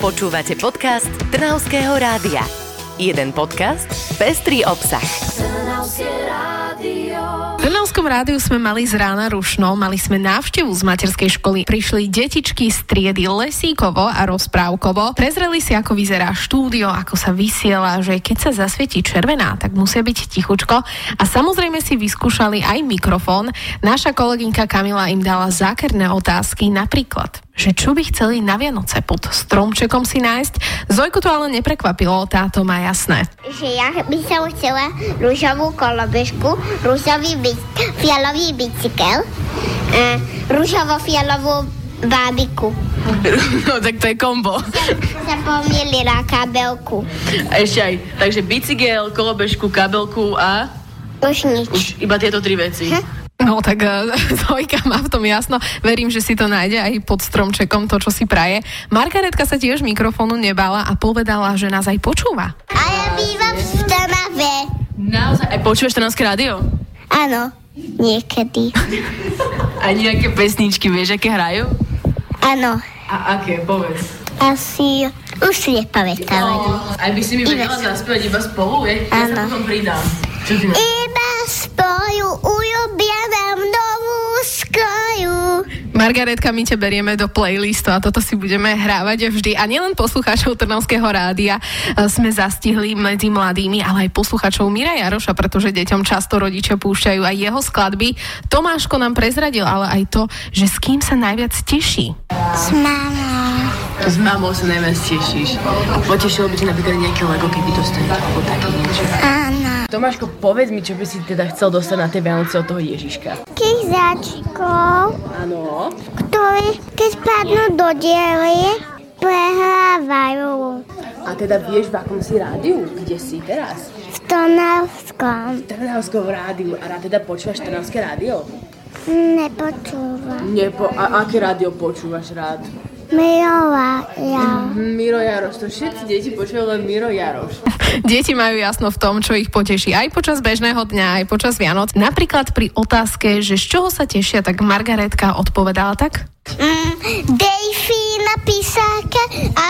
Počúvate podcast Trnavského rádia. Jeden podcast, pestrý obsah. V Trnavskom rádiu sme mali z rána rušno, mali sme návštevu z materskej školy. Prišli detičky z triedy lesíkovo a rozprávkovo. Prezreli si, ako vyzerá štúdio, ako sa vysiela, že keď sa zasvietí červená, tak musia byť tichučko. A samozrejme si vyskúšali aj mikrofón. Naša kolegynka Kamila im dala zákerné otázky, napríklad že čo by chceli na Vianoce pod stromčekom si nájsť. Zojku to ale neprekvapilo, táto má jasné. že ja by som chcela rúžovú kolobežku, rúžový bi- fialový bicykel, e, rúžovo-fialovú bábiku. No tak to je kombo. Sa pomýlila kabelku. A ešte aj, takže bicykel, kolobežku, kabelku a Už nič. už iba tieto tri veci. No tak eh, Zojka má v tom jasno. Verím, že si to nájde aj pod stromčekom, to, čo si praje. Margaretka sa tiež mikrofónu nebala a povedala, že nás aj počúva. A ja bývam v Trnave. Naozaj, aj počúvaš Trnavské rádio? Áno, niekedy. A nejaké pesničky, vieš, aké hrajú? Áno, A aké, povedz. No, asi už si nepamätám. Aj by si mi Ives. vedela zaspievať iba spolu, je? Ja sa Áno. potom pridám. Čo ty máš? Iba spoju uľúbiam novú skoju. Margaretka, my ťa berieme do playlistu a toto si budeme hrávať vždy. A nielen poslucháčov Trnavského rádia eh, sme zastihli medzi mladými, ale aj poslucháčov Mira Jaroša, pretože deťom často rodičia púšťajú aj jeho skladby. Tomáško nám prezradil ale aj to, že s kým sa najviac teší. S mamou. S mamou sa najviac tešíš. A potešilo by ti napríklad nejaké Lego, keby dostane alebo také niečo. Áno. Tomáško, povedz mi, čo by si teda chcel dostať na tie Vianoce od toho Ježiška. Takých záčkov. Áno. ktorí keď padnú do diery, prehrávajú A teda vieš, v akom si rádiu? Kde si teraz? v Tonavskom. Trnavskom rádiu. A rád teda počúvaš Trnavské rádio? Nepočúva. Nepo, a aké rádio počúvaš rád? Milová ja. Mhm, Miro Jaroš, to všetci deti počúvajú len Miro Jaroš. Deti majú jasno v tom, čo ich poteší aj počas bežného dňa, aj počas Vianoc. Napríklad pri otázke, že z čoho sa tešia, tak Margaretka odpovedala tak. Mm, Delfína písáka a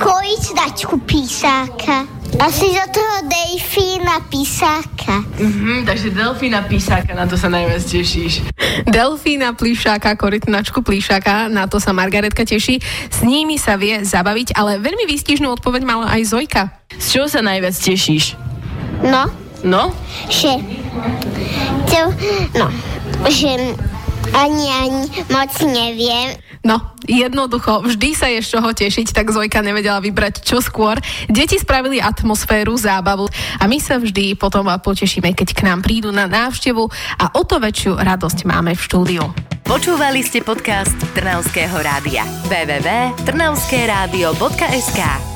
kojičnačku písáka. Asi do toho delfína písáka. Mhm, takže Delfína Písáka, na to sa najviac tešíš. Delfína plíšáka, korytnačku plíšáka, na to sa Margaretka teší. S nimi sa vie zabaviť, ale veľmi výstižnú odpoveď mala aj Zojka. Z čoho sa najviac tešíš? No, No? že... To, no, že ani, ani moc neviem. No, jednoducho, vždy sa je z čoho tešiť, tak Zojka nevedela vybrať čo skôr. Deti spravili atmosféru, zábavu a my sa vždy potom potešíme, keď k nám prídu na návštevu a o to väčšiu radosť máme v štúdiu. Počúvali ste podcast Trnavského rádia. www.trnavskeradio.sk